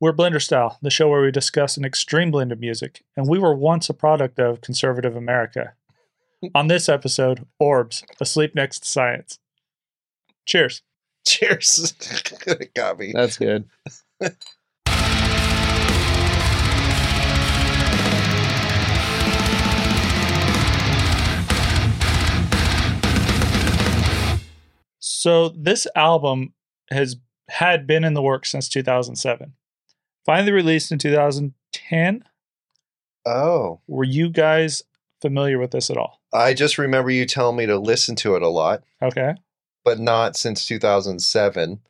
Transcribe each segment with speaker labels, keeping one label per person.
Speaker 1: We're Blender Style, the show where we discuss an extreme blend of music, and we were once a product of conservative America. On this episode, Orbs, Asleep Next to Science. Cheers.
Speaker 2: Cheers. it got me.
Speaker 3: That's good.
Speaker 1: So, this album has had been in the works since 2007. Finally released in 2010.
Speaker 2: Oh,
Speaker 1: Were you guys familiar with this at all?
Speaker 2: I just remember you telling me to listen to it a lot,
Speaker 1: Okay.
Speaker 2: but not since 2007.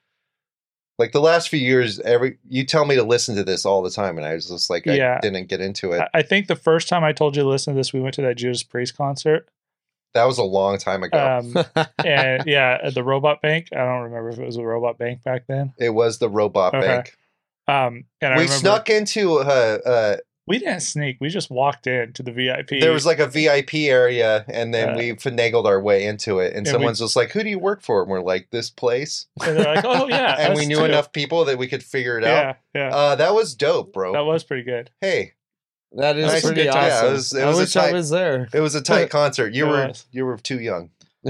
Speaker 2: Like the last few years, every you tell me to listen to this all the time, and I was just like,
Speaker 1: Yeah. Uh,
Speaker 2: I didn't get into it.
Speaker 1: I- I think the first time I told you to listen to this, we went to that Judas Priest concert.
Speaker 2: that was a long time ago.
Speaker 1: Um, and yeah, at the Robot Bank. I don't remember if it was the Robot Bank back then.
Speaker 2: it was the Robot
Speaker 1: Okay.
Speaker 2: Bank.
Speaker 1: Um, and I
Speaker 2: we
Speaker 1: remember
Speaker 2: snuck into uh, uh,
Speaker 1: we didn't sneak. We just walked in to the VIP.
Speaker 2: there was like a VIP area, and then
Speaker 1: Uh,
Speaker 2: we finagled our way into it.
Speaker 1: and
Speaker 2: And,
Speaker 1: we-
Speaker 2: someone's just like, "Who do you work for?" And we're like, "This place."
Speaker 1: and they're like, oh yeah,
Speaker 2: and we
Speaker 1: us
Speaker 2: knew
Speaker 1: too."
Speaker 2: enough people that we could figure it
Speaker 1: Yeah,
Speaker 2: out.
Speaker 1: yeah,
Speaker 2: Uh, that was dope, bro.
Speaker 1: that was pretty good.
Speaker 2: hey,
Speaker 3: that is
Speaker 2: Nice
Speaker 3: pretty
Speaker 1: good
Speaker 3: awesome.
Speaker 1: time.
Speaker 2: Yeah, it was- it
Speaker 3: I
Speaker 2: was a
Speaker 3: wish I
Speaker 2: tight-
Speaker 3: was there.
Speaker 2: It was a tight concert. You
Speaker 1: It
Speaker 2: were
Speaker 1: was.
Speaker 2: you were too young.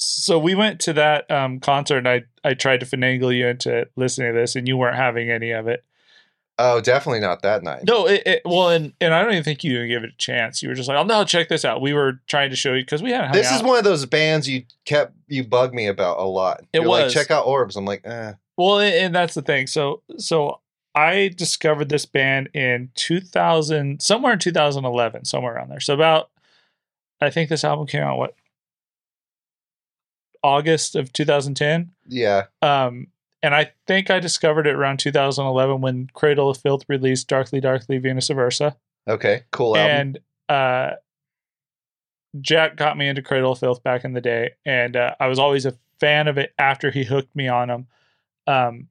Speaker 1: So we went to that um, concert, and I I tried to finagle you into listening to this, and you weren't having any of it.
Speaker 2: oh, definitely not that night.
Speaker 1: No, it, it well, and and I don't even think you even gave it a chance. You were just like, oh no, check this out. We were trying to show you because we haven't. hung
Speaker 2: this is
Speaker 1: out.
Speaker 2: one of those bands you kept you bug me about a lot.
Speaker 1: It
Speaker 2: You're
Speaker 1: was.
Speaker 2: like check out Orbs. I'm like, eh.
Speaker 1: Well, and and that's the thing. So, so I discovered this band in 2000, somewhere in 2011, somewhere around there. So about, I think this album came out what August of 2010.
Speaker 2: yeah.
Speaker 1: Um, and I think I discovered it around 2011 when Cradle of Filth released "Darkly, Darkly, Venus Versa,"
Speaker 2: Okay, cool album.
Speaker 1: and uh, Jack got me into Cradle of Filth back in the day, and uh, I was always a fan of it after he hooked me on them. Um,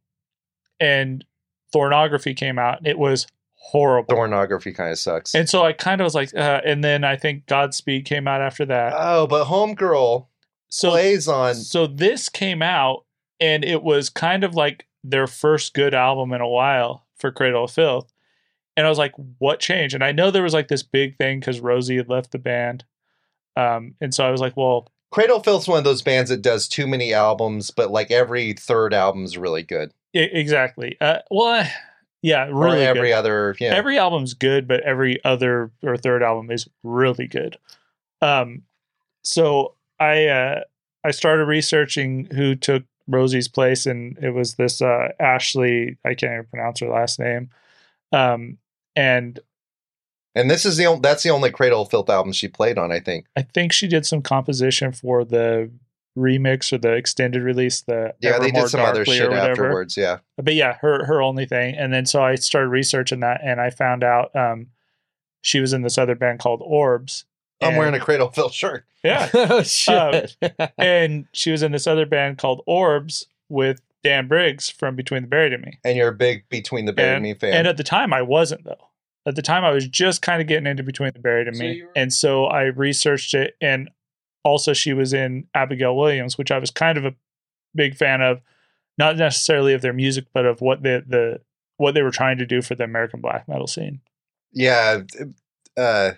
Speaker 1: and Thornography came out; it was horrible,
Speaker 2: Pornography kind of sucks.
Speaker 1: and so I kind of was like, uh, and then I think Godspeed came out after that.
Speaker 2: oh, but Homegirl
Speaker 1: So,
Speaker 2: plays on.
Speaker 1: so this came out, and it was kind of like their first good album in a while for Cradle of Filth. And I was like, what changed? And I know there was like this big thing because Rosie had left the band. Um, and so I was like, well,
Speaker 2: Cradle Filth's one of those bands that does too many albums, but like every third album's really good.
Speaker 1: e- exactly. Uh, well, eh, yeah, really
Speaker 2: or every
Speaker 1: good.
Speaker 2: other, yeah.
Speaker 1: Every album's good, but every other or third album is really good. Um, so I uh, I started researching who took Rosie's place, and it was this uh, Ashley. I can't even pronounce her last name. Um, and
Speaker 2: and this is the only that's the only Cradle Filth album she played on, I think.
Speaker 1: I think she did some composition for the remix or the extended release. The
Speaker 2: Yeah, they
Speaker 1: Evermore
Speaker 2: did some other
Speaker 1: Darkly or
Speaker 2: shit
Speaker 1: whatever.
Speaker 2: afterwards. Yeah.
Speaker 1: but yeah, her her only thing. And then so I started researching that, and I found out um, she was in this other band called Orbs.
Speaker 2: I'm
Speaker 1: And-
Speaker 2: wearing a Cradle Filth shirt.
Speaker 1: yeah,
Speaker 3: oh shit.
Speaker 1: and she was in this other band called Orbs with Dan Briggs from Between the Buried and Me.
Speaker 2: And you're a big Between the Buried and Me fan.
Speaker 1: And at the time, I wasn't though. At the time, I was just kind of getting into Between the Buried and
Speaker 3: So
Speaker 1: Me,
Speaker 3: you were-
Speaker 1: and so I researched it. And also, she was in Abigail Williams, which I was kind of a big fan of, not necessarily of their music, but of what the the what they were trying to do for the American black metal scene.
Speaker 2: yeah. Uh,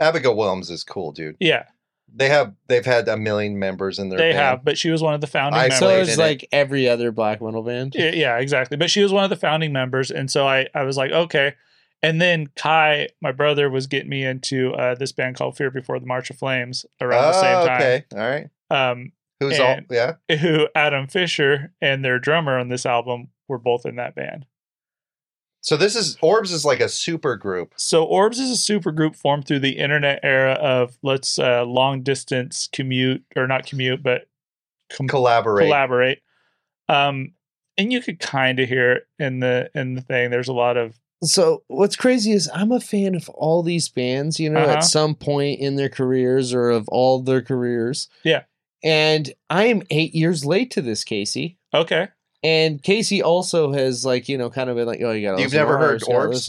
Speaker 2: Abigail Williams is cool, dude.
Speaker 1: Yeah,
Speaker 2: They have they've had a million members in their
Speaker 1: they
Speaker 2: band.
Speaker 1: have, but she was one of the founding
Speaker 2: I
Speaker 1: members.
Speaker 3: so
Speaker 2: played
Speaker 3: it's
Speaker 2: in it.
Speaker 3: like every other black metal band.
Speaker 1: Yeah, yeah, exactly. But she was one of the founding members, and so I, I was like, okay. And then Kai, my brother, was getting me into uh, this band called Fear Before the March of Flames around the same
Speaker 2: Oh,
Speaker 1: time.
Speaker 2: Okay. All right.
Speaker 1: Um,
Speaker 2: Who's
Speaker 1: And-
Speaker 2: all yeah?
Speaker 1: who Adam Fisher and their drummer on this album were both in that band.
Speaker 2: So this is Orbs is like a super group.
Speaker 1: So Orbs is a supergroup formed through the internet era of let's uh, long distance commute or not commute, but com-
Speaker 2: Collaborate.
Speaker 1: collaborate. Um, and you could kind of hear it in the in the thing. There's a lot of
Speaker 3: So what's crazy is I'm a fan of all these bands, you know,
Speaker 1: Uh-huh.
Speaker 3: at some point in their careers or of all their careers.
Speaker 1: Yeah.
Speaker 3: And I am eight years late to this, Casey.
Speaker 1: okay,
Speaker 3: And Casey also has like, you know, kind of been like, oh, you got
Speaker 2: You've never heard Orbs?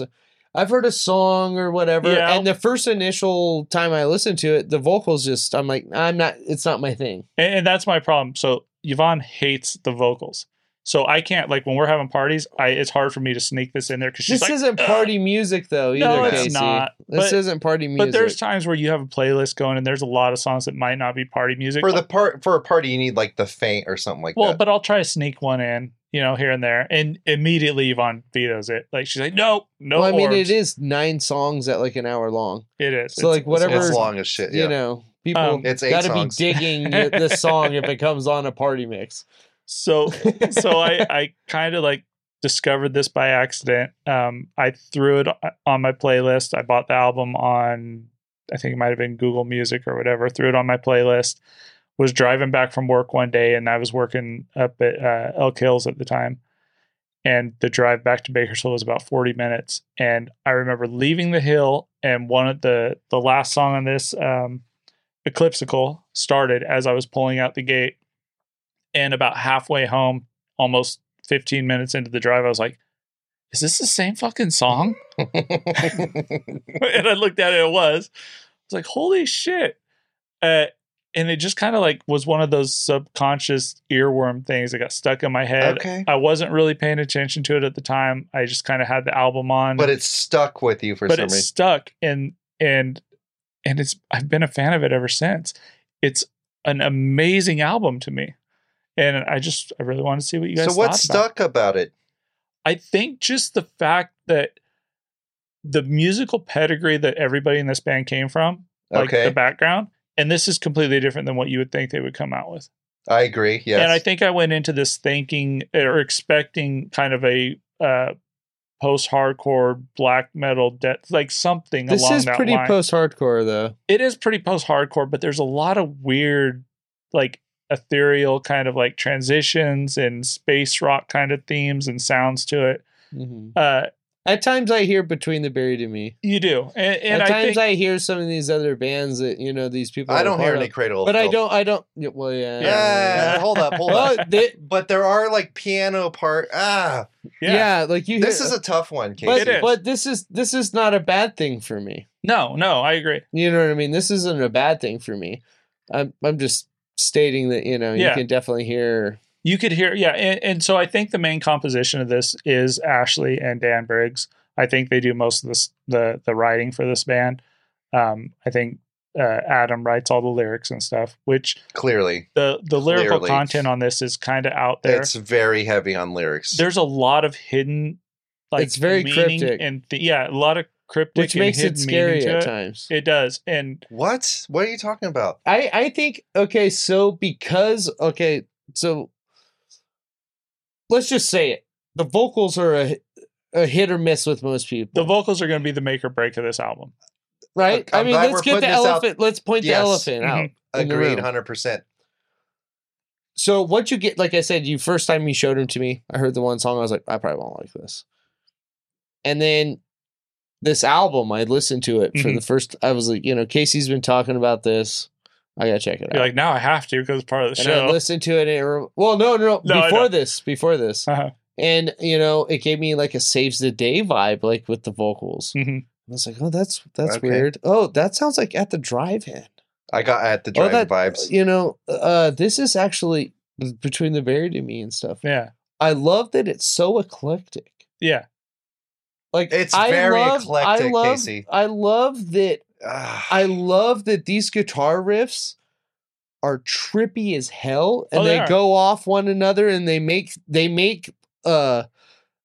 Speaker 3: I've heard a song or whatever.
Speaker 1: Yeah.
Speaker 3: And the first initial time I listened to it, the vocals just, I'm like, I'm not, it's not my thing.
Speaker 1: And, and that's my problem. So Yvonne hates the vocals. So I can't like when we're having parties, I it's hard for me to sneak this in there because she's
Speaker 3: This
Speaker 1: like,
Speaker 3: isn't
Speaker 1: "Ugh."
Speaker 3: party music though either,
Speaker 1: No, it's
Speaker 3: Casey.
Speaker 1: not.
Speaker 3: This
Speaker 1: But-
Speaker 3: isn't party music.
Speaker 1: But there's times where you have a playlist going and there's a lot of songs that might not be party music.
Speaker 2: for the part for a party you need like the faint or something like
Speaker 1: uh well,
Speaker 2: that.
Speaker 1: but I'll try to sneak one in, you know, here and there. And immediately Yvonne vetoes it. Like she's like, no, no.
Speaker 3: well, I mean,
Speaker 1: orbs."
Speaker 3: it is nine songs at like an hour long.
Speaker 1: It is.
Speaker 3: So, like, whatever-
Speaker 2: it's long as shit. Yeah.
Speaker 3: You know, people
Speaker 1: Um,
Speaker 2: it's eight
Speaker 3: gotta
Speaker 2: songs.
Speaker 3: be digging this song if it comes on a party mix.
Speaker 1: So so I, I kind of like discovered this by accident. Um, I threw it on my playlist. I bought the album on, I think it might have been Google Music or whatever. Threw it on my playlist. Was driving back from work one day, and I was working up at uh, Elk Hills at the time. And the drive back to Bakersfield was about 40 minutes. And I remember leaving the hill, and one of the the last song on this um, Eclipsical started as I was pulling out the gate and about halfway home, almost 15 minutes into the drive, I was like, is this the same fucking song? and I looked at it, it was. I was like, holy shit. Uh, and it just kind of like was one of those subconscious earworm things that got stuck in my head.
Speaker 2: okay.
Speaker 1: I wasn't really paying attention to it at the time. I just kind of had the album on
Speaker 2: But it's stuck with you for
Speaker 1: but
Speaker 2: some
Speaker 1: it's
Speaker 2: reason.
Speaker 1: stuck and and and it's I've been a fan of it ever since. It's an amazing album to me, and I just I really want to see what you guys.
Speaker 2: So what's
Speaker 1: thought about it.
Speaker 2: stuck about it?
Speaker 1: I think just the fact that the musical pedigree that everybody in this band came from, like
Speaker 2: Okay.
Speaker 1: the background, and this is completely different than what you would think they would come out with.
Speaker 2: I agree. Yes.
Speaker 1: And I think I went into this thinking or expecting kind of a uh, post-hardcore black metal death, like something
Speaker 3: This
Speaker 1: along
Speaker 3: is
Speaker 1: that
Speaker 3: pretty
Speaker 1: line.
Speaker 3: post-hardcore though.
Speaker 1: it is pretty post-hardcore, but there's a lot of weird, like ethereal kind of like transitions and space rock kind of themes and sounds to it.
Speaker 3: Mhm.
Speaker 1: Uh,
Speaker 3: At times, I hear "Between the Buried and Me."
Speaker 1: you do, and, and
Speaker 3: At
Speaker 1: I
Speaker 3: times,
Speaker 1: think
Speaker 3: I hear some of these other bands that you know these people.
Speaker 2: I
Speaker 3: are
Speaker 2: don't hear
Speaker 3: part
Speaker 2: any
Speaker 3: of.
Speaker 2: cradle. of
Speaker 3: but I
Speaker 2: Filth.
Speaker 3: don't. I don't. yeah, Well, yeah.
Speaker 2: Yeah, hold up, hold
Speaker 3: Well,
Speaker 2: up.
Speaker 3: they-
Speaker 2: But there are like piano part. Ah,
Speaker 1: yeah.
Speaker 3: yeah. like you.
Speaker 2: this
Speaker 3: hear-
Speaker 2: is a tough one, Casey.
Speaker 3: But,
Speaker 1: It is.
Speaker 3: but this is this is not a bad thing for me.
Speaker 1: no, no, I agree.
Speaker 3: You know what I mean? This isn't a bad thing for me. I'm I'm just stating that you know you
Speaker 1: Yeah.
Speaker 3: can definitely hear.
Speaker 1: You could hear, yeah, and, and so I think the main composition of this is Ashley and Dan Briggs. I think they do most of this the the writing for this band. Um, I think uh, Adam writes all the lyrics and stuff, which
Speaker 2: Clearly,
Speaker 1: the the lyrical
Speaker 2: Clearly.
Speaker 1: content on this is kind of out there.
Speaker 2: it's very heavy on lyrics.
Speaker 1: There's a lot of hidden, like
Speaker 3: It's very
Speaker 1: meaning
Speaker 3: cryptic.
Speaker 1: and th- yeah, a lot of cryptic,
Speaker 3: which makes it scary at
Speaker 1: times.
Speaker 3: times.
Speaker 1: It does, and
Speaker 2: what? What are you talking about?
Speaker 3: I I think okay, so because okay, so let's just say it. The vocals are a a hit or miss with most people,
Speaker 1: the vocals are going to be the make or break of this album.
Speaker 3: right?
Speaker 2: I'm
Speaker 3: I mean,
Speaker 2: glad
Speaker 3: let's
Speaker 2: we're
Speaker 3: get the
Speaker 2: putting this out.
Speaker 3: elephant. Let's point
Speaker 2: Yes.
Speaker 3: the elephant out.
Speaker 1: Mhm.
Speaker 3: in the
Speaker 2: Agreed,
Speaker 3: room.
Speaker 2: hundred percent.
Speaker 3: So what you get, like I said, you first time you showed him to me, I heard the one song, I was like, I probably won't like this. And then this album, I listened to it for
Speaker 1: Mhm.
Speaker 3: the first. I was like, you know, Casey's been talking about this. I gotta check it
Speaker 1: You're
Speaker 3: out.
Speaker 1: like, now I have to because it's part of the
Speaker 3: and I
Speaker 1: show.
Speaker 3: listened to it. And it re- well, no, no,
Speaker 1: No,
Speaker 3: no,
Speaker 1: I know.
Speaker 3: before this, before this,
Speaker 1: Uh-huh.
Speaker 3: and you know, it gave me like a saves the day vibe, like with the vocals.
Speaker 1: Mhm.
Speaker 3: I was like, oh, that's that's
Speaker 2: Okay.
Speaker 3: weird. Oh, that sounds like at the drive-in.
Speaker 2: I got at the
Speaker 3: Oh,
Speaker 2: driving
Speaker 3: that
Speaker 2: vibes.
Speaker 3: You know, uh, this is actually between the buried and me and stuff.
Speaker 1: Yeah,
Speaker 3: I love that it's so eclectic.
Speaker 1: yeah.
Speaker 3: Like
Speaker 2: It's
Speaker 3: I
Speaker 2: very
Speaker 3: love, I
Speaker 2: eclectic,
Speaker 3: love,
Speaker 2: Casey.
Speaker 3: I love that.
Speaker 2: Ah,
Speaker 3: I love that these guitar riffs are trippy as hell, and
Speaker 1: Oh, they
Speaker 3: they,
Speaker 1: are.
Speaker 3: go off one another, and they make they make uh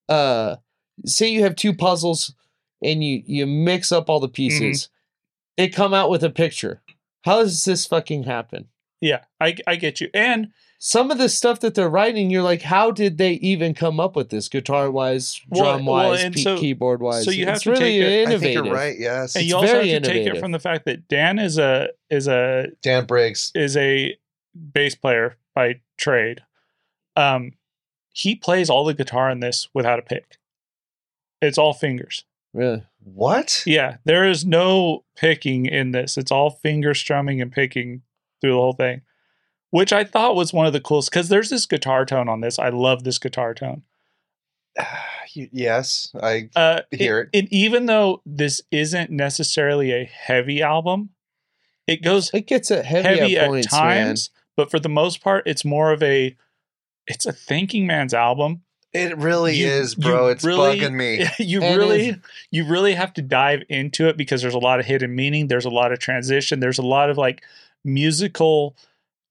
Speaker 3: uh. Say you have two puzzles, and you you mix up all the
Speaker 1: Mm-hmm.
Speaker 3: pieces. They come out with a picture. How does this fucking happen?
Speaker 1: Yeah, I, I get you. And
Speaker 3: Some of the stuff that they're writing, you're like, how did they even come up with this guitar wise,
Speaker 1: Well,
Speaker 3: drum
Speaker 1: well,
Speaker 3: wise,
Speaker 1: and so-
Speaker 3: keyboard wise?
Speaker 1: so you have
Speaker 3: it's
Speaker 1: to
Speaker 3: really
Speaker 1: take it-
Speaker 2: I
Speaker 3: innovative.
Speaker 2: think you're right. Yes,
Speaker 1: and
Speaker 3: It's
Speaker 1: you also have
Speaker 3: very
Speaker 1: to take it
Speaker 3: innovative.
Speaker 1: from the fact that Dan is a is a
Speaker 2: Dan Briggs.
Speaker 1: is a bass player by trade. Um, he plays all the guitar in this without a pick. It's all fingers.
Speaker 3: Really?
Speaker 2: What?
Speaker 1: Yeah, there is no picking in this. It's all finger strumming and picking through the whole thing, which I thought was one of the coolest because there's this guitar tone on this. I love this guitar tone.
Speaker 2: Ah, You- yes, I
Speaker 1: Uh,
Speaker 2: Hear it.
Speaker 1: And even though this isn't necessarily a heavy album, it goes
Speaker 3: It gets at heavy,
Speaker 1: heavy
Speaker 3: at
Speaker 1: at
Speaker 3: points, man.
Speaker 1: times, but for the most part, it's more of a it's a thinking man's album.
Speaker 2: It really
Speaker 1: You-
Speaker 2: is, bro.
Speaker 1: you
Speaker 2: It's
Speaker 1: really-
Speaker 2: bugging me.
Speaker 1: you
Speaker 3: And
Speaker 1: really
Speaker 3: it's-
Speaker 1: you really have to dive into it because there's a lot of hidden meaning, there's a lot of transition, there's a lot of like musical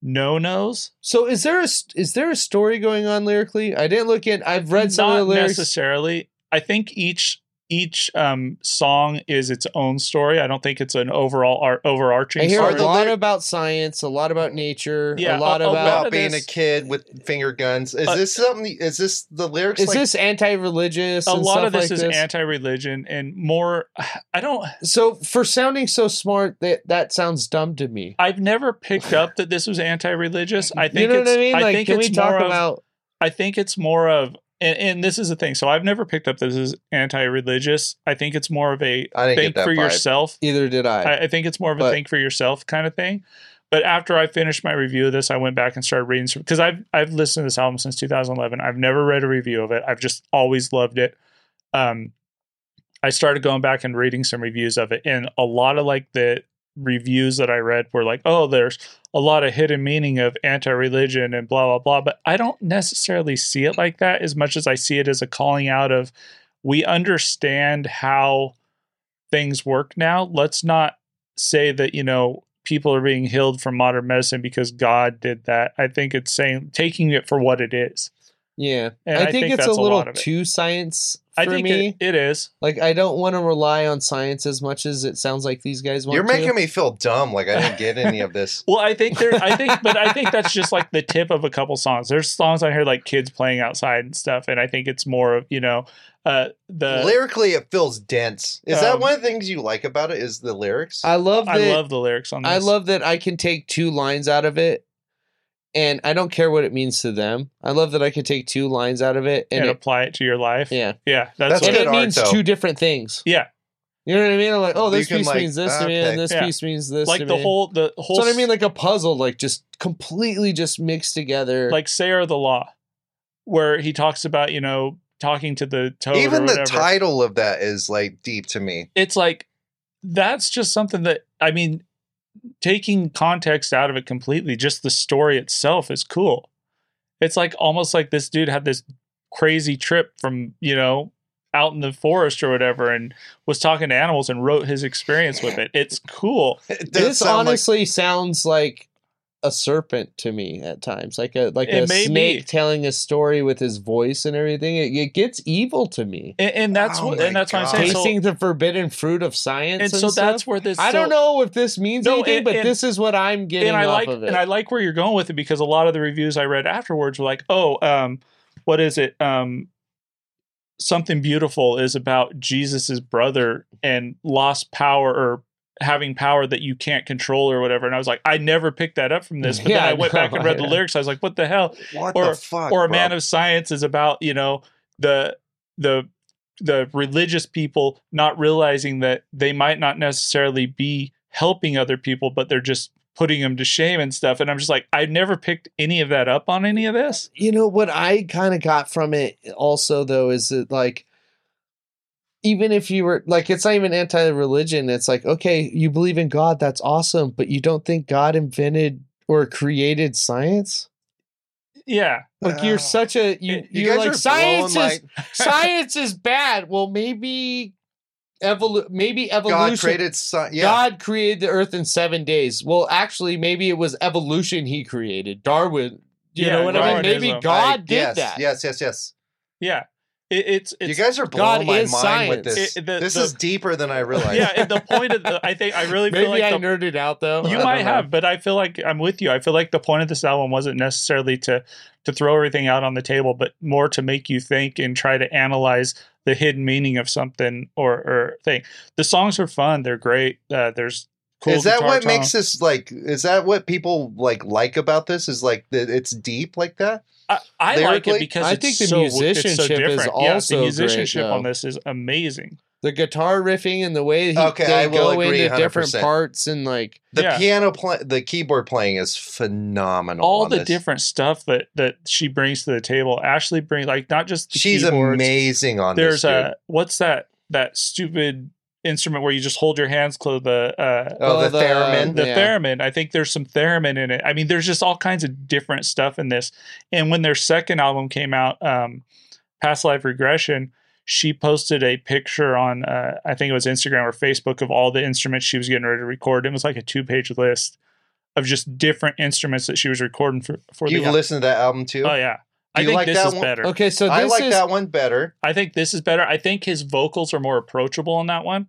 Speaker 1: no-nos.
Speaker 3: So is there a st- is there a story going on lyrically? I didn't look in. I've read some
Speaker 1: Not
Speaker 3: of the lyrics.
Speaker 1: necessarily. I think each each um song is its own story. I don't think it's an overall ar- overarching
Speaker 3: I hear
Speaker 2: Are
Speaker 1: story.
Speaker 3: a
Speaker 2: the
Speaker 3: lot
Speaker 2: lyri-
Speaker 3: about science, a lot about nature,
Speaker 1: Yeah,
Speaker 3: a lot
Speaker 1: a- a lot
Speaker 3: about.
Speaker 1: of
Speaker 2: About being
Speaker 1: this-
Speaker 2: a kid with finger guns. Is
Speaker 1: Uh,
Speaker 2: this something? Is this the lyrics?
Speaker 3: is
Speaker 2: like,
Speaker 3: this anti-religious?
Speaker 1: A
Speaker 3: and
Speaker 1: lot
Speaker 3: stuff
Speaker 1: of this
Speaker 3: like
Speaker 1: is anti-religion and more I don't
Speaker 3: so for sounding so smart, that that sounds dumb to me.
Speaker 1: I've never picked up that this was anti-religious. I think
Speaker 3: you know
Speaker 1: it's
Speaker 3: what I mean? like,
Speaker 1: think
Speaker 3: can
Speaker 1: it's
Speaker 3: we talk
Speaker 1: more of-
Speaker 3: about?
Speaker 1: I think it's more of, and, and this is the thing. So I've never picked up this is anti-religious. I think it's more of a
Speaker 2: I didn't get
Speaker 1: think
Speaker 2: that
Speaker 1: for
Speaker 2: vibe.
Speaker 1: yourself.
Speaker 3: Either did I.
Speaker 1: I, I think it's more of a
Speaker 3: But-
Speaker 1: think for yourself kind of thing. But after I finished my review of this, I went back and started reading because I've I've listened to this album since 2011. I've never read a review of it. I've just always loved it. Um, I started going back and reading some reviews of it, and a lot of like the reviews that I read were like, "Oh, there's a lot of hidden meaning of anti-religion and blah blah blah." But I don't necessarily see it like that as much as I see it as a calling out of, "We understand how things work now. Let's not say that you know people are being healed from modern medicine because God did that. I think it's saying taking it for what it is.
Speaker 3: yeah,
Speaker 1: And
Speaker 3: I, think, it's
Speaker 1: that's
Speaker 3: a little
Speaker 1: lot of it.
Speaker 3: too science for
Speaker 1: I think
Speaker 3: me.
Speaker 1: it, it is.
Speaker 3: like, I don't want to rely on science as much as it sounds like these guys want.
Speaker 2: You're
Speaker 3: to.
Speaker 2: making me feel dumb. Like I didn't get any of this.
Speaker 1: Well, I think there. I think, but I think that's just like the tip of a couple songs. There's songs I hear like kids playing outside and stuff, and I think it's more of you know uh, the.
Speaker 2: Lyrically, it feels dense. Is that
Speaker 1: um,
Speaker 2: one of the things you like about it? Is the lyrics?
Speaker 3: I love. That,
Speaker 1: I love the lyrics on this.
Speaker 3: I love that I can take two lines out of it and I don't care what it means to them. I love that I can take two lines out of it
Speaker 1: and
Speaker 3: and it,
Speaker 1: apply it to your life.
Speaker 3: yeah.
Speaker 1: yeah, that's,
Speaker 2: That's
Speaker 1: what
Speaker 3: and
Speaker 2: good
Speaker 3: it
Speaker 2: art,
Speaker 3: means
Speaker 2: though.
Speaker 3: two different things.
Speaker 1: Yeah.
Speaker 3: You know what I mean? I'm like, oh,
Speaker 2: You
Speaker 3: this
Speaker 2: can,
Speaker 3: piece
Speaker 2: like,
Speaker 3: means this to me
Speaker 2: okay.
Speaker 3: and this
Speaker 1: Yeah.
Speaker 3: piece means this to
Speaker 1: like the
Speaker 3: me.
Speaker 1: whole the whole.
Speaker 3: So what I mean
Speaker 1: s-
Speaker 3: like a puzzle like just completely just mixed together.
Speaker 1: like Sayer of the Law, where he talks about you know talking to the toad.
Speaker 2: Even
Speaker 1: or
Speaker 2: the
Speaker 1: whatever.
Speaker 2: title of that is like deep to me.
Speaker 1: it's like that's just something that I mean, taking context out of it completely, just the story itself is cool. It's like almost like this dude had this crazy trip from, you know, out in the forest or whatever and was talking to animals and wrote his experience with it. It's cool.
Speaker 2: It does
Speaker 3: this
Speaker 2: sound like-
Speaker 3: honestly sounds like a serpent to me at times. Like a like
Speaker 1: It
Speaker 3: a
Speaker 1: may be.
Speaker 3: snake telling a story with his voice and everything. It, it gets evil to me.
Speaker 1: And, and that's
Speaker 2: Oh
Speaker 1: what
Speaker 2: my
Speaker 1: and that's what I'm saying. So,
Speaker 3: tasting the forbidden fruit of science.
Speaker 1: and
Speaker 3: And,
Speaker 1: so that's
Speaker 3: stuff?
Speaker 1: where this
Speaker 3: I
Speaker 1: so-
Speaker 3: don't know if this means
Speaker 1: No,
Speaker 3: anything,
Speaker 1: and-
Speaker 3: but
Speaker 1: and-
Speaker 3: this is what I'm getting
Speaker 1: and I
Speaker 3: off
Speaker 1: like
Speaker 3: of it.
Speaker 1: and I like where you're going with it because a lot of the reviews I read afterwards were like, "Oh, um, what is it? Um, something beautiful is about Jesus's brother and lost power or having power that you can't control or whatever." And I was like, "I never picked that up from this." But
Speaker 3: Yeah,
Speaker 1: then I
Speaker 3: I
Speaker 1: went back
Speaker 3: know,
Speaker 1: and read the
Speaker 3: yeah.
Speaker 1: lyrics. I was like, "What the hell?"
Speaker 2: what
Speaker 1: or-
Speaker 2: the fuck,
Speaker 1: or a
Speaker 2: bro?
Speaker 1: man of science is about you know the the the religious people not realizing that they might not necessarily be helping other people but they're just putting them to shame and stuff and i'm just like i never picked any of that up on any of this
Speaker 3: you know what I kind of got from it also though is that like even if you were like it's not even anti-religion it's like okay you believe in god that's awesome but you don't think god invented or created science
Speaker 1: yeah
Speaker 3: like you're
Speaker 2: Ah.
Speaker 3: such a you,
Speaker 1: You
Speaker 2: You
Speaker 3: you are
Speaker 2: guys
Speaker 3: like
Speaker 2: are
Speaker 3: science
Speaker 2: blowing
Speaker 3: is science is bad well maybe evolu- maybe
Speaker 2: my God
Speaker 3: evolution
Speaker 2: created science. Yeah,
Speaker 3: God created the earth in seven days. Well, actually, maybe it was evolution he created. Darwin. You
Speaker 1: Yeah,
Speaker 3: know what I mean?
Speaker 1: Darwinism.
Speaker 3: Maybe
Speaker 2: I-
Speaker 3: God did
Speaker 2: yes,
Speaker 3: that.
Speaker 2: Yes, yes, yes.
Speaker 1: yeah it, it's it's
Speaker 2: you guys are
Speaker 3: God
Speaker 2: blowing my mind
Speaker 3: is
Speaker 2: with
Speaker 3: science.
Speaker 2: this.
Speaker 1: It- the-
Speaker 2: this
Speaker 1: the-
Speaker 2: is deeper than I realized.
Speaker 1: yeah and the point of the i think i really
Speaker 3: Maybe
Speaker 1: feel like
Speaker 3: I
Speaker 1: the
Speaker 3: nerded out though. I
Speaker 1: you
Speaker 3: don't
Speaker 1: might
Speaker 3: know.
Speaker 1: have but i feel like i'm with you i feel like the point of this album wasn't necessarily to to throw everything out on the table but more to make you think and try to analyze the hidden meaning of something or or thing the songs are fun they're great uh, there's cool
Speaker 2: is that
Speaker 1: guitar
Speaker 2: what
Speaker 1: tone.
Speaker 2: makes this like? Is that what people like like about this? Is like that it's deep like that?
Speaker 1: i, I like it
Speaker 2: lyrically?
Speaker 1: because
Speaker 3: I
Speaker 1: it's
Speaker 3: think the
Speaker 1: so- it's so
Speaker 3: musicianship is
Speaker 1: different. Yes,
Speaker 3: also
Speaker 1: the
Speaker 3: great,
Speaker 1: musicianship on
Speaker 3: though.
Speaker 1: this is amazing
Speaker 3: The guitar riffing and the way he,
Speaker 2: Okay,
Speaker 3: they
Speaker 2: I will
Speaker 3: go
Speaker 2: agree
Speaker 3: into different
Speaker 2: 100%.
Speaker 3: parts and like
Speaker 2: The
Speaker 1: Yeah.
Speaker 2: piano play, the keyboard playing is phenomenal.
Speaker 1: all
Speaker 2: on
Speaker 1: the
Speaker 2: this.
Speaker 1: different stuff that that she brings to the table ashley brings like not just the
Speaker 2: She's
Speaker 1: keyboards,
Speaker 2: amazing on
Speaker 1: there's
Speaker 2: this. dude.
Speaker 1: a what's that that stupid instrument where you just hold your hands close the uh
Speaker 2: Oh,
Speaker 3: Oh,
Speaker 2: the,
Speaker 3: the-
Speaker 2: theremin.
Speaker 1: the
Speaker 3: Yeah.
Speaker 1: theremin. I think there's some theremin in it. I mean, there's just all kinds of different stuff in this. And when their second album came out, um, Past Life Regression, she posted a picture on uh, I think it was Instagram or Facebook of all the instruments she was getting ready to record. It was like a two page list of just different instruments that she was recording for for
Speaker 2: You've
Speaker 1: the. al-
Speaker 2: listened to that album too.
Speaker 1: oh yeah, I
Speaker 2: you
Speaker 1: think
Speaker 2: like
Speaker 1: this
Speaker 2: that
Speaker 1: is
Speaker 2: one?
Speaker 1: better.
Speaker 3: Okay, so this
Speaker 2: I like
Speaker 3: is
Speaker 2: that one better.
Speaker 1: I think this is better. I think his vocals are more approachable on that one.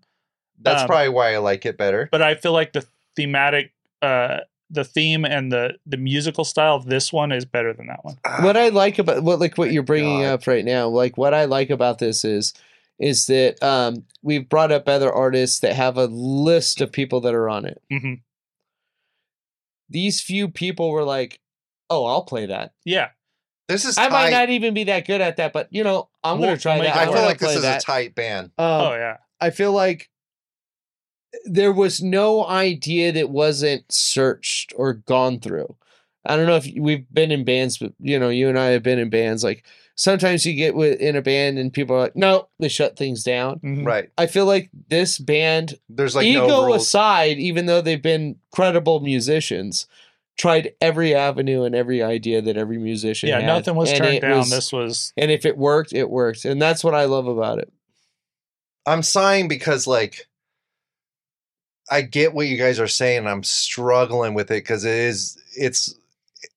Speaker 2: That's
Speaker 1: Um,
Speaker 2: probably why I like it better.
Speaker 1: but I feel like the thematic, uh, the theme and the the musical style of this one is better than that one.
Speaker 3: what I like about what like what you're bringing
Speaker 2: God.
Speaker 3: up right now, like what I like about this is is that um we've brought up other artists that have a list of people that are on it.
Speaker 2: Mm-hmm.
Speaker 1: hmm
Speaker 3: These few people were like, "Oh, I'll play that.
Speaker 1: Yeah,
Speaker 2: This is
Speaker 3: I might
Speaker 2: tight.
Speaker 3: not even be that good at that, but you know, I'm
Speaker 1: We'll-
Speaker 3: gonna try
Speaker 1: we'll make
Speaker 3: that.
Speaker 1: it
Speaker 2: I
Speaker 3: I
Speaker 1: work.
Speaker 2: feel
Speaker 3: want
Speaker 2: like
Speaker 3: to
Speaker 2: this
Speaker 3: play
Speaker 2: is
Speaker 3: that."
Speaker 2: a tight band.
Speaker 3: Um,
Speaker 1: oh yeah,
Speaker 3: I feel like there was no idea that wasn't searched or gone through. I don't know if we've been in bands, but you know, you and I have been in bands. Like sometimes you get with in a band and people are like, "No," they shut things down.
Speaker 1: Mhm.
Speaker 2: Right.
Speaker 3: I feel like this band,
Speaker 2: There's like
Speaker 3: Mm. ego
Speaker 2: no rules.
Speaker 3: aside, even though they've been credible musicians, tried every avenue and every idea that every musician.
Speaker 1: Yeah,
Speaker 3: had,
Speaker 1: nothing was
Speaker 3: and
Speaker 1: turned
Speaker 3: it
Speaker 1: down.
Speaker 3: was-
Speaker 1: this was
Speaker 3: and if it worked, it worked, and that's what I love about it.
Speaker 2: I'm sighing because like I get what you guys are saying. and I'm struggling with it because it is it's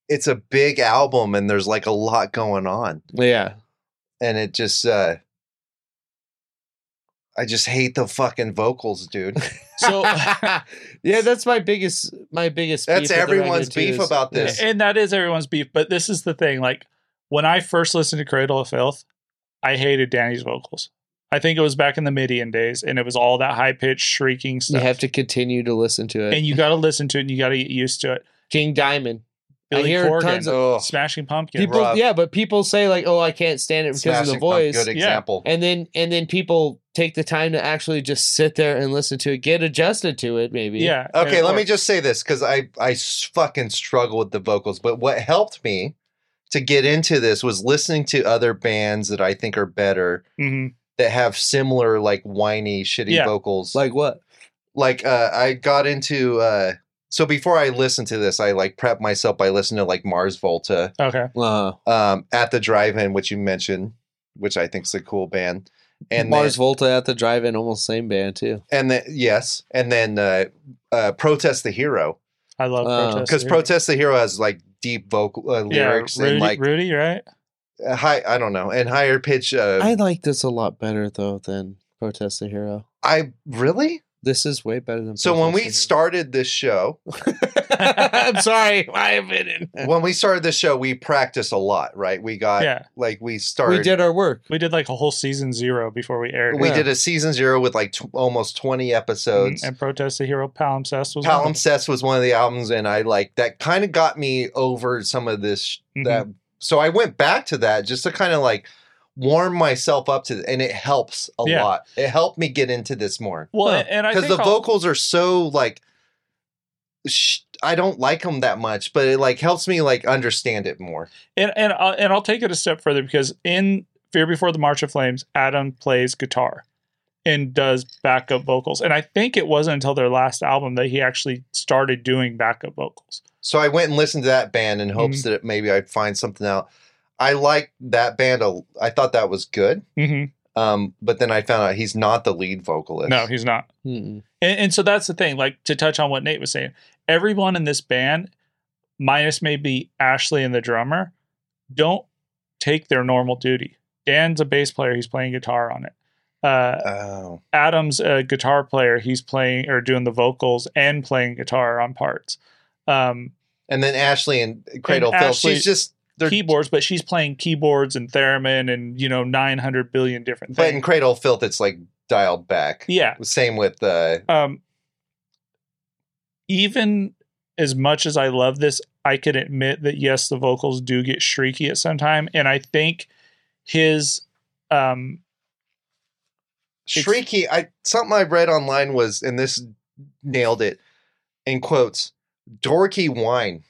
Speaker 2: it's a big album and there's like a lot going on.
Speaker 3: Yeah,
Speaker 2: And it just uh I just hate the fucking vocals, dude.
Speaker 1: so.
Speaker 3: yeah, that's my biggest my biggest.
Speaker 2: That's
Speaker 3: beef with the record,
Speaker 2: everyone's
Speaker 3: too,
Speaker 2: beef
Speaker 3: is-
Speaker 2: about this.
Speaker 1: and that is everyone's beef, but this is the thing. Like when I first listened to Cradle of Filth, I hated Danny's vocals. I think it was back in the Midian days, and it was all that high pitched shrieking
Speaker 3: You
Speaker 1: stuff.
Speaker 3: have to continue to listen to it.
Speaker 1: and you got to listen to it, and you got to get used to it.
Speaker 3: King Diamond. I
Speaker 1: Billy
Speaker 3: hear
Speaker 1: Corgan,
Speaker 3: tons of
Speaker 2: Oh,
Speaker 1: Smashing Pumpkins.
Speaker 3: people.
Speaker 2: rough.
Speaker 3: Yeah, but people say like, "Oh, I can't stand it because of the voice."
Speaker 2: Good example.
Speaker 3: And then and then people take the time to actually just sit there and listen to it, get adjusted to it, maybe.
Speaker 1: yeah.
Speaker 2: Okay,
Speaker 1: and-
Speaker 2: let me just say this because I I s- fucking struggle with the vocals, but what helped me to get into this was listening to other bands that I think are better
Speaker 1: Mhm.
Speaker 2: that have similar like whiny shitty
Speaker 1: Yeah.
Speaker 2: vocals. Like
Speaker 3: Like what?
Speaker 2: like uh, I got into uh, so before I listened to this, I like prepped myself by listening to like Mars Volta
Speaker 1: Okay.
Speaker 3: Uh,
Speaker 2: um, at the drive-in, which you mentioned, which I think's a cool band. And then-
Speaker 3: Mars Volta at the drive-in, almost same band too.
Speaker 2: and then yes, and then uh, uh, protest the hero.
Speaker 1: I love
Speaker 3: Wow.
Speaker 1: protest
Speaker 2: because
Speaker 1: Hero.
Speaker 2: protest the hero has like deep vocal uh, lyrics
Speaker 1: Rudy,
Speaker 2: and like
Speaker 1: Rudy, right?
Speaker 2: uh, high i don't know and higher pitch uh,
Speaker 3: I
Speaker 2: I,
Speaker 3: like this a lot better though than Protest the Hero.
Speaker 2: really
Speaker 3: This is way better than.
Speaker 2: so when
Speaker 3: Protest
Speaker 2: we
Speaker 3: the Hero.
Speaker 2: started this show
Speaker 3: I'm sorry, I have been in.
Speaker 2: when we started this show we practiced a lot right we got
Speaker 1: yeah,
Speaker 2: like we started
Speaker 3: We did our work.
Speaker 1: we did like a whole season zero before we aired.
Speaker 2: we
Speaker 1: it.
Speaker 3: yeah.
Speaker 2: did a season zero with like tw almost 20 episodes
Speaker 1: Mhm. and protest the hero palimpsest was one of them.
Speaker 2: palimpsest was one of the albums and i like that kind of got me over some of this sh-
Speaker 1: Mhm.
Speaker 2: that so i went back to that just to kind of like warm myself up to and it helps a
Speaker 1: Yeah.
Speaker 2: lot it helped me get into this more
Speaker 1: Well,
Speaker 3: Huh.
Speaker 1: and I
Speaker 2: because
Speaker 1: think
Speaker 2: the
Speaker 1: I'll-
Speaker 2: vocals are so like sh- I don't like them that much, but it like helps me like understand it more.
Speaker 1: and and I'll, and I'll take it a step further because in Fear Before the March of Flames, Adam plays guitar and does backup vocals, and I think it wasn't until their last album that he actually started doing backup vocals.
Speaker 2: So I went and listened to that band in hopes
Speaker 1: Mm-hmm.
Speaker 2: that maybe I'd find something out. I liked that band. A, I thought that was good.
Speaker 1: hmm
Speaker 2: Um, but then I found out he's not the lead vocalist.
Speaker 1: No, he's not.
Speaker 3: Mm-mm.
Speaker 1: And, and so that's the thing. Like to touch on what Nate was saying, everyone in this band, minus maybe Ashley and the drummer, don't take their normal duty. Dan's a bass player; he's playing guitar on it. Uh,
Speaker 2: Oh,
Speaker 1: Adam's a guitar player; he's playing or doing the vocals and playing guitar on parts, um,
Speaker 2: and then Ashley and Cradle
Speaker 1: And
Speaker 2: Filth.
Speaker 1: Ashley-
Speaker 2: she's just they're
Speaker 1: keyboards. But she's playing keyboards and theremin and you know nine hundred billion different
Speaker 2: but in
Speaker 1: things.
Speaker 2: Cradle Filth, it's like dialed back.
Speaker 1: yeah,
Speaker 2: Same with uh,
Speaker 1: um even as much as I love this, I can admit that yes, the vocals do get shrieky at some time, and I think his um It's-
Speaker 2: Shrieky, I something I read online was, and this nailed it in quotes, dorky wine.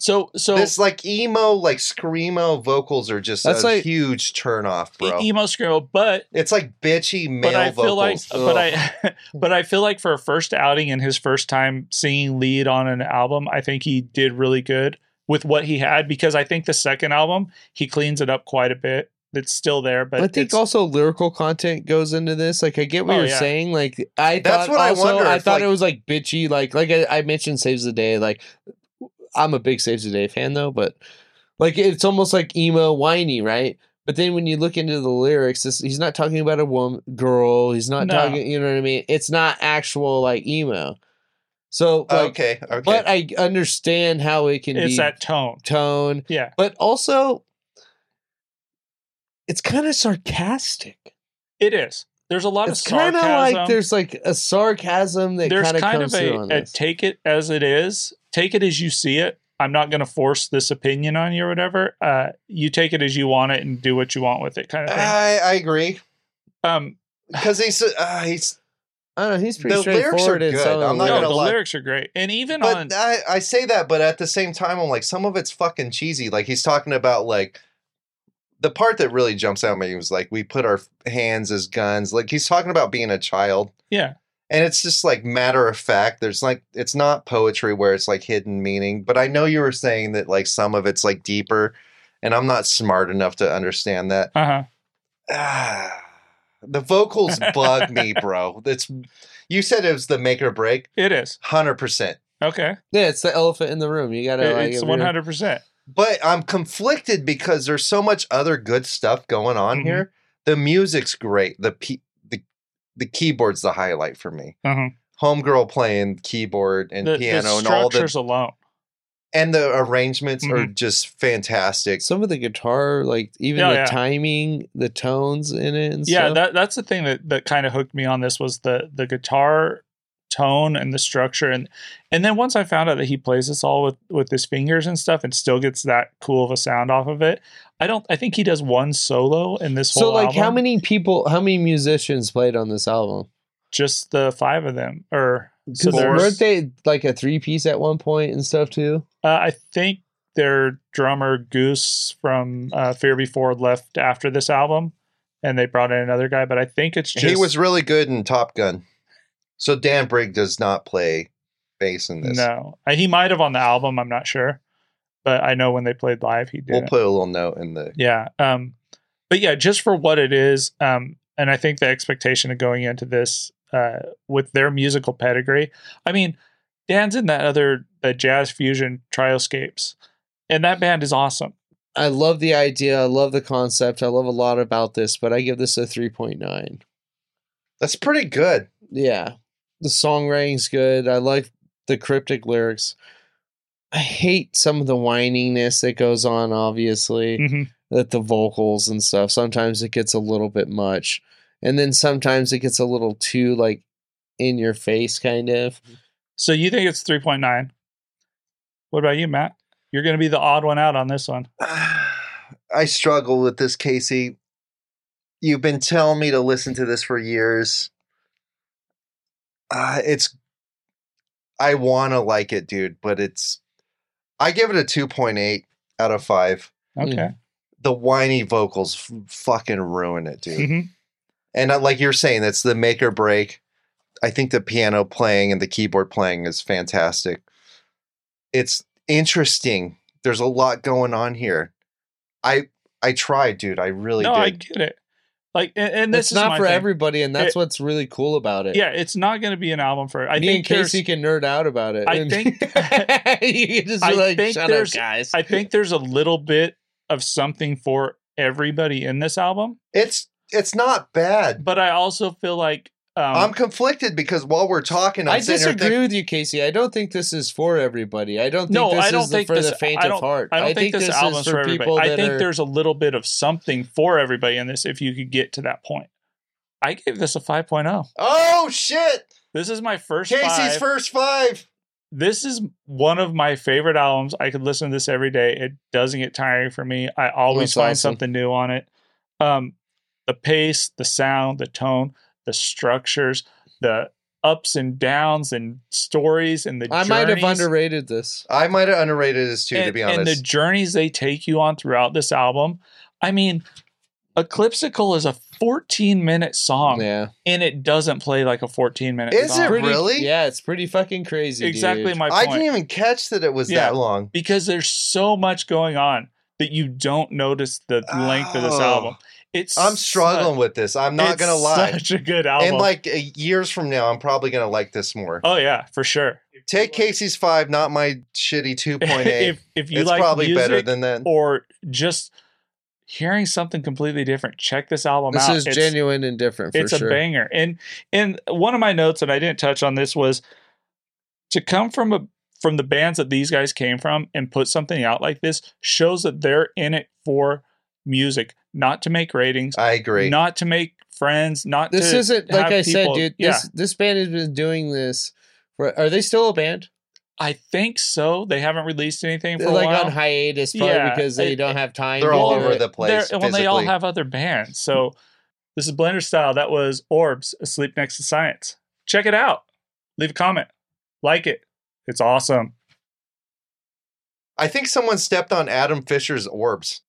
Speaker 1: So so
Speaker 2: this like emo, like screamo vocals are just
Speaker 3: That's
Speaker 2: a
Speaker 3: like-
Speaker 2: huge turnoff, bro.
Speaker 1: emo screamo, but
Speaker 2: it's like bitchy male
Speaker 1: E, but I feel like
Speaker 2: vocals.
Speaker 1: but I but I feel like for a first outing and his first time singing lead on an album, I think he did really good with what he had because I think the second album he cleans it up quite a bit. It's still there, but
Speaker 3: I think
Speaker 1: it's-
Speaker 3: also lyrical content goes into this. Like I get what
Speaker 1: Oh,
Speaker 3: you're
Speaker 1: yeah.
Speaker 3: saying. Like I
Speaker 2: That's
Speaker 3: thought
Speaker 2: what I
Speaker 3: also,
Speaker 2: wonder
Speaker 3: I
Speaker 2: if,
Speaker 3: thought
Speaker 2: like-
Speaker 3: it was like bitchy. Like like I, I mentioned, saves the day. Like I'm a big saves the day fan though, but like it's almost like emo whiny, right? But then when you look into the lyrics, this, he's not talking about a woman, girl. He's not
Speaker 1: No.
Speaker 3: talking. You know what I mean? It's not actual like emo. So like,
Speaker 2: okay, okay.
Speaker 3: but I understand how it can be
Speaker 1: it's that tone.
Speaker 3: tone,
Speaker 1: Yeah.
Speaker 3: but also it's kind of sarcastic.
Speaker 1: It is. There's a lot
Speaker 3: It's
Speaker 1: of
Speaker 3: kind of
Speaker 1: sarcasm.
Speaker 3: like there's like a sarcasm that
Speaker 1: there's
Speaker 3: kind of
Speaker 1: kind
Speaker 3: comes
Speaker 1: of
Speaker 3: through on
Speaker 1: a, a
Speaker 3: this.
Speaker 1: take it as it is take it as you see it i'm not going to force this opinion on you or whatever uh, you take it as you want it and do what you want with it kind of thing
Speaker 3: Ah,
Speaker 2: I, I agree
Speaker 1: um,
Speaker 2: because he's uh, he's
Speaker 3: I don't know. He's pretty
Speaker 2: The lyrics are
Speaker 3: straightforward. in
Speaker 2: good.
Speaker 3: some of
Speaker 2: I'm
Speaker 3: the
Speaker 1: no,
Speaker 2: not
Speaker 3: lyrics.
Speaker 2: gonna
Speaker 1: the
Speaker 2: lie.
Speaker 1: lyrics are great and even on
Speaker 2: but I, I say that but at the same time I'm like some of it's fucking cheesy like he's talking about like the part that really jumps out at me was like we put our hands as guns like he's talking about being a child
Speaker 1: yeah
Speaker 2: and it's just like matter of fact there's like it's not poetry where it's like hidden meaning but i know you were saying that like some of it's like deeper and i'm not smart enough to understand that
Speaker 1: uh-huh
Speaker 2: ah, the vocals bug me bro that's you said it was the make or break
Speaker 1: it is
Speaker 2: 100%
Speaker 1: okay
Speaker 3: Yeah, it's the elephant in the room. You gotta like,
Speaker 1: it's
Speaker 3: if you're-
Speaker 1: 100%
Speaker 2: but i'm conflicted because there's so much other good stuff going on
Speaker 1: Mhm.
Speaker 2: here the music's great the pe- the the keyboard's the highlight for me
Speaker 1: uh-huh.
Speaker 2: homegirl playing keyboard and
Speaker 1: the, the
Speaker 2: piano and all the
Speaker 1: structures alone
Speaker 2: and the arrangements are
Speaker 1: Mhm.
Speaker 2: just fantastic.
Speaker 3: Some of the guitar, like even
Speaker 1: Yeah,
Speaker 3: the
Speaker 1: Oh, yeah.
Speaker 3: timing, the tones in it, and
Speaker 1: yeah
Speaker 3: stuff.
Speaker 1: that, that's the thing that, that kind of hooked me on this was the the guitar tone and the structure and and then once i found out that he plays this all with with his fingers and stuff and still gets that cool of a sound off of it i don't i think he does one solo in this whole
Speaker 3: so like, how
Speaker 1: album,
Speaker 3: many people, how many musicians played on this album?
Speaker 1: just the five of them or so
Speaker 3: 'Cause weren't
Speaker 1: there's uh,
Speaker 3: they like a three piece at one point and stuff too?
Speaker 1: i think their drummer goose from uh, fear before left after this album and they brought in another guy but i think it's just
Speaker 2: he was really good in Top Gun. So Dan Brigg does not play bass in this.
Speaker 1: No, Uh, he might have on the album. I'm not sure, but I know when they played live, he did.
Speaker 2: We'll put a little note in the.
Speaker 1: yeah. Um, but yeah, just for what it is, um, and I think the expectation of going into this uh, with their musical pedigree. I mean, Dan's in that other uh, jazz fusion Trioscapes, and that band is awesome.
Speaker 3: I love the idea. I love the concept. I love a lot about this, but I give this a 3.9.
Speaker 2: That's pretty good.
Speaker 3: Yeah. The songwriting's good. I like the cryptic lyrics. I hate some of the whininess that goes on, obviously,
Speaker 1: Mhm.
Speaker 3: that the vocals and stuff. Sometimes it gets a little bit much. And then sometimes it gets a little too, like, in your face, kind of.
Speaker 1: So you think it's three point nine? What about you, Matt? You're going to be the odd one out on this one.
Speaker 2: I struggle with this, Casey. You've been telling me to listen to this for years. Uh, it's. I want to like it, dude, but it's. I give it a 2.8 out of 5.
Speaker 1: Okay.
Speaker 2: The whiny vocals f- fucking ruin it, dude.
Speaker 1: Mhm.
Speaker 2: And uh, like you're saying, that's the make or break. I think the piano playing and the keyboard playing is fantastic. It's interesting. There's a lot going on here. I I tried, dude. I really
Speaker 1: No, I
Speaker 2: did.
Speaker 1: get it. Like, and, and this
Speaker 3: it's
Speaker 1: is
Speaker 3: not
Speaker 1: my
Speaker 3: for
Speaker 1: thing.
Speaker 3: everybody, and that's
Speaker 1: It-
Speaker 3: what's really cool about it.
Speaker 1: Yeah, it's not going to be an album for. I
Speaker 3: Me
Speaker 1: think
Speaker 3: and
Speaker 1: there's-
Speaker 3: Casey can nerd out about it.
Speaker 1: I
Speaker 3: and-
Speaker 1: think-
Speaker 3: you can just
Speaker 1: I
Speaker 3: be like,
Speaker 1: think
Speaker 3: shut up,
Speaker 1: there's-
Speaker 3: guys.
Speaker 1: I think there's a little bit of something for everybody in this album,
Speaker 2: it's it's not bad.
Speaker 1: but I also feel like um,
Speaker 2: I'm conflicted because while we're talking, I'm
Speaker 3: I
Speaker 2: sitting here
Speaker 3: disagree
Speaker 2: thinking,
Speaker 3: with you, Casey. I don't think this is for everybody. I don't think
Speaker 1: No,
Speaker 3: this
Speaker 1: I don't
Speaker 3: is the,
Speaker 1: think
Speaker 3: for
Speaker 1: this-
Speaker 3: the
Speaker 1: I
Speaker 3: faint of
Speaker 1: don't-
Speaker 3: heart.
Speaker 1: I don't think, this, album's for everybody. I think
Speaker 3: are-
Speaker 1: there's a little bit of something for everybody in this if you could get to that point. I gave this a 5.0.
Speaker 2: "Oh shit,
Speaker 1: This is my first
Speaker 2: Casey's
Speaker 1: five.
Speaker 2: first five.
Speaker 1: this is one of my favorite albums. I could listen to this every day. It doesn't get tiring for me. I always
Speaker 3: That's
Speaker 1: find
Speaker 3: awesome.
Speaker 1: something new on it. Um, the pace, the sound, the tone, the structures, the ups and downs and stories and the
Speaker 3: I might have
Speaker 1: journeys-
Speaker 3: underrated this.
Speaker 2: I might have underrated this too, to
Speaker 1: and-
Speaker 2: be
Speaker 1: And the
Speaker 2: honest.
Speaker 1: journeys they take you on throughout this album. I mean, Eclipsical is a 14 minute song
Speaker 3: yeah,
Speaker 1: and it doesn't play like a 14 minute
Speaker 2: Is
Speaker 1: song.
Speaker 2: it
Speaker 3: pretty,
Speaker 2: really?
Speaker 3: Yeah, it's pretty fucking crazy.
Speaker 1: Exactly
Speaker 3: dude.
Speaker 1: my
Speaker 2: I
Speaker 1: point.
Speaker 2: didn't even catch that it was
Speaker 1: Yeah.
Speaker 2: that long.
Speaker 1: because there's so much going on that you don't notice the length of this
Speaker 2: Oh.
Speaker 1: album. It's
Speaker 2: I'm
Speaker 1: su-
Speaker 2: struggling with this. I'm not
Speaker 1: it's
Speaker 2: gonna lie.
Speaker 1: Such a good album.
Speaker 2: And like uh, years from now, I'm probably gonna like this more.
Speaker 1: oh yeah, for sure.
Speaker 2: Take Casey's five, not my shitty two point eight.
Speaker 1: if if you
Speaker 2: It's
Speaker 1: like
Speaker 2: probably
Speaker 1: music
Speaker 2: better than that.
Speaker 1: or just hearing something completely different, check this album
Speaker 3: This
Speaker 1: out.
Speaker 3: is
Speaker 1: It's-
Speaker 3: genuine and different for
Speaker 1: it's
Speaker 3: sure.
Speaker 1: a banger and and one of my notes and i didn't touch on this was to come from a from the bands that these guys came from and put something out like this shows that they're in it for music not to make ratings
Speaker 2: I agree.
Speaker 1: not to make friends not
Speaker 3: This
Speaker 1: to
Speaker 3: isn't like
Speaker 1: have
Speaker 3: I said,
Speaker 1: people-
Speaker 3: dude.
Speaker 1: yeah
Speaker 3: This this band has been doing this. For, are they still a band?
Speaker 1: i think so they haven't released anything for
Speaker 3: They're
Speaker 1: a
Speaker 3: like
Speaker 1: while
Speaker 3: on hiatus, probably
Speaker 1: Yeah,
Speaker 3: because they
Speaker 1: it-
Speaker 3: don't have time.
Speaker 2: They're
Speaker 3: to
Speaker 2: all
Speaker 3: do
Speaker 2: over
Speaker 3: it.
Speaker 2: the place.
Speaker 1: They're- well, they all
Speaker 2: physically.
Speaker 1: have other bands so this is blender style that was orbs asleep next to science check it out leave a comment like it it's awesome
Speaker 2: I think someone stepped on Adam Fisher's orbs.